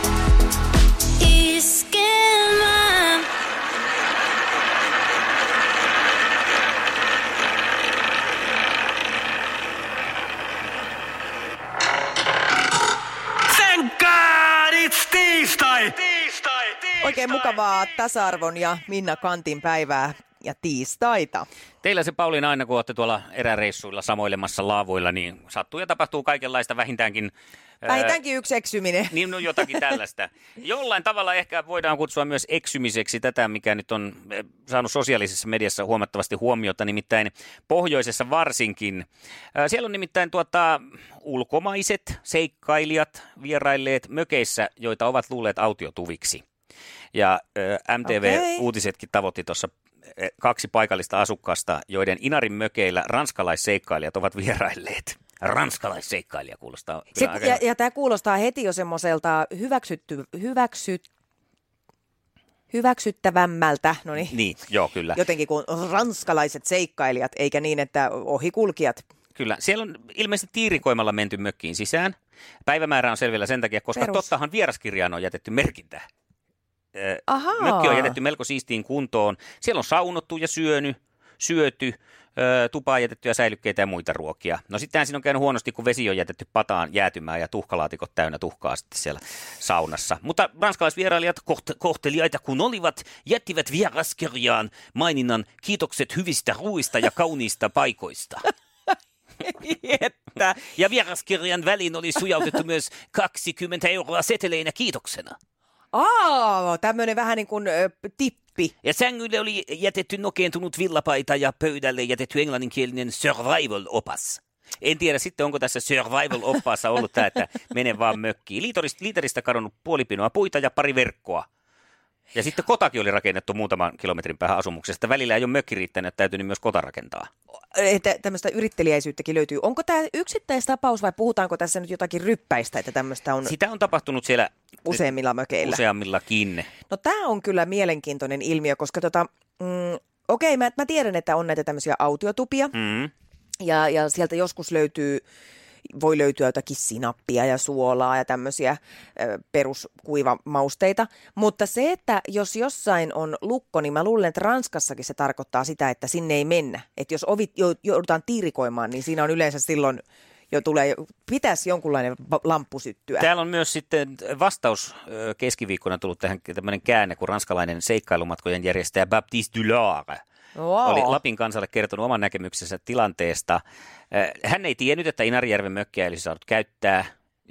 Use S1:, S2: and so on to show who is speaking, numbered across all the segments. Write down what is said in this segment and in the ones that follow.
S1: Iskelmä.
S2: Thank God it's tiistai! Tiistai! tiistai.
S3: Oikein mukavaa tasa-arvon ja Minna Kantin päivää ja tiistaita.
S4: Teillä se Pauliina aina, kun olette tuolla eräreissuilla samoilemassa laavoilla, niin sattuu ja tapahtuu kaikenlaista vähintäänkin. ää,
S3: Vähintäänkin yksi eksyminen.
S4: Niin, no jotakin tällaista. Jollain tavalla ehkä voidaan kutsua myös eksymiseksi tätä, mikä nyt on eh, saanut sosiaalisessa mediassa huomattavasti huomiota, nimittäin pohjoisessa varsinkin. Ö, Siellä on nimittäin tuota, ulkomaiset seikkailijat vierailleet mökeissä, joita ovat luulleet autiotuviksi. Ja äh, ö, MTV
S3: Okei.
S4: Uutisetkin tavoitti tuossa eh, kaksi paikallista asukasta, joiden Inarin mökeillä ranskalaisseikkailijat ovat vierailleet. Ranskalaisseikkailija kuulostaa. kyllä
S3: Se,
S4: aika-
S3: ja, ja tämä kuulostaa heti jo semmoiselta hyväksytty, hyväksyt, hyväksyttävämmältä, no niin,
S4: Niin, joo, kyllä.
S3: jotenkin kuin ranskalaiset seikkailijat, eikä niin, että ohikulkijat.
S4: Kyllä, siellä on ilmeisesti tiirikoimalla menty mökkiin sisään. Päivämäärä on selvillä sen takia, koska
S3: Perus.
S4: Perus. tottahan vieraskirjaan on jätetty merkintä. Ö,
S3: Ahaa.
S4: Mökki on jätetty melko siistiin kuntoon. Siellä on saunottu ja syöny, syöty. ö, tupaan jätettyjä säilykkeitä ja muita ruokia. No sittenhän siinä on käynyt huonosti, kun vesi on jätetty pataan jäätymään ja tuhkalaatikot täynnä tuhkaa sitten siellä saunassa. Mutta ranskalaisvierailijat koht- kohteliaita kun olivat, jättivät vieraskirjaan maininnan kiitokset hyvistä ruuista ja kauniista paikoista.
S5: Että.
S4: Ja vieraskirjan väliin oli sujautettu myös 20 euroa seteleinä kiitoksena.
S3: Aa, tämmöinen vähän niin kuin ö, tippi.
S4: Ja sängylle oli jätetty nokeentunut villapaita ja pöydälle jätetty englanninkielinen survival-opas. En tiedä sitten, onko tässä survival-oppaassa ollut tämä, että mene vaan mökkiin. Liitorista, liiteristä kadonnut puoli pinoa puita ja pari verkkoa. Ja sitten kotakin oli rakennettu muutaman kilometrin päähän asumuksesta. Välillä ei ole mökki riittänyt, täytyy myös kota rakentaa.
S3: Että tämmöistä yrittelijäisyyttäkin löytyy. Onko tämä yksittäistapaus vai puhutaanko tässä nyt jotakin ryppäistä, että tämmöistä on
S4: Sitä on tapahtunut siellä
S3: useimmilla mökeillä?
S4: useammillakin.
S3: No tämä on kyllä mielenkiintoinen ilmiö, koska tota, mm, okei, mä, mä tiedän, että on näitä tämmöisiä autiotupia
S4: Mm.
S3: ja, ja sieltä joskus löytyy, voi löytyä jotakin sinappia ja suolaa ja tämmöisiä ö, peruskuivamausteita, mutta se, että jos jossain on lukko, niin mä luulen, että Ranskassakin se tarkoittaa sitä, että sinne ei mennä. Että jos ovit jou- joudutaan tiirikoimaan, niin siinä on yleensä silloin jo tulee, pitäisi jonkunlainen va- lamppu syttyä.
S4: Täällä on myös sitten vastaus ö, keskiviikkona tullut tähän tämmöinen käänne, kun ranskalainen seikkailumatkojen järjestäjä Baptiste Dulard
S3: Wow.
S4: oli Lapin kansalle kertonut oman näkemyksensä tilanteesta. Ö, Hän ei tiennyt, että Inarijärven mökkiä ei olisi saanut käyttää.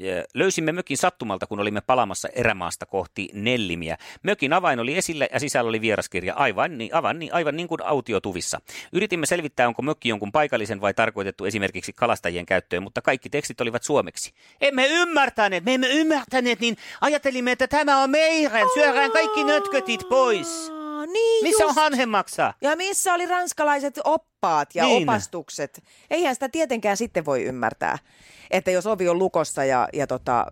S4: Ö, Löysimme mökin sattumalta, kun olimme palamassa erämaasta kohti Nellimiä. Mökin avain oli esillä ja sisällä oli vieraskirja aivan niin, aivan niin, aivan niin kuin autiotuvissa. Yritimme selvittää, onko mökki jonkun paikallisen vai tarkoitettu esimerkiksi kalastajien käyttöön, mutta kaikki tekstit olivat suomeksi. Emme ymmärtäneet, me emme ymmärtäneet, niin ajattelimme, että tämä on meidän, syödään kaikki nötkötit pois.
S3: Aa, Niin
S4: Missä on
S3: just.
S4: hanhemaksa?
S3: Ja missä oli ranskalaiset oppaat ja
S4: Niin.
S3: niin. opastukset? Eihän sitä tietenkään sitten voi ymmärtää, että jos ovi on lukossa ja, ja, tota,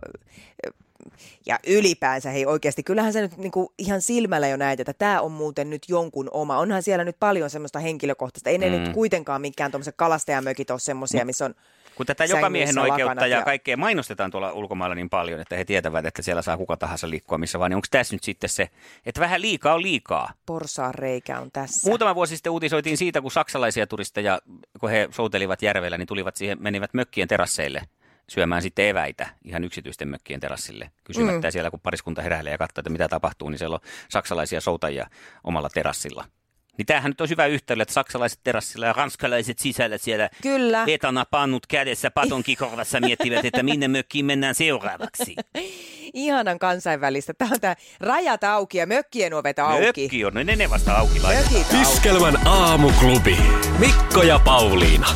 S3: ja ylipäänsä, hei oikeasti, kyllähän se nyt niinku ihan silmällä jo näet, että tämä on muuten nyt jonkun oma. Onhan siellä nyt paljon semmoista henkilökohtaista. Ei ne
S4: Mm.
S3: nyt kuitenkaan mikään tuommoiset kalastajamökit ole semmoisia, missä on
S4: Kun tätä
S3: sängyssä
S4: joka miehen oikeutta
S3: lakanat
S4: ja kaikkea mainostetaan tuolla ulkomailla niin paljon, että he tietävät, että siellä saa kuka tahansa liikkua missä vaan, niin onko tässä nyt sitten se, että vähän liikaa on liikaa?
S3: porsaan reikä on tässä.
S4: Muutama vuosi sitten uutisoitiin siitä, kun saksalaisia turisteja, kun he soutelivat järvellä, niin tulivat siihen, menivät mökkien terasseille syömään sitten eväitä ihan yksityisten mökkien terassille. Kysymättä mm. siellä, kun pariskunta heräilee ja katsoo, että mitä tapahtuu, niin siellä on saksalaisia soutajia omalla terassilla. Niin tämähän nyt on hyvä yhtälö, että saksalaiset terassilla ja ranskalaiset sisällä siellä
S3: Kyllä.
S4: etana pannut kädessä patonkin korvassa miettivät, että minne mökkiin mennään seuraavaksi.
S3: Ihanan kansainvälistä. Tämä on tämä rajat auki ja mökkien ovet auki.
S4: Mökki on, no ne, ne vasta auki laitetaan.
S3: Mökit auki.
S6: Iskelmän aamuklubi. Mikko ja Pauliina.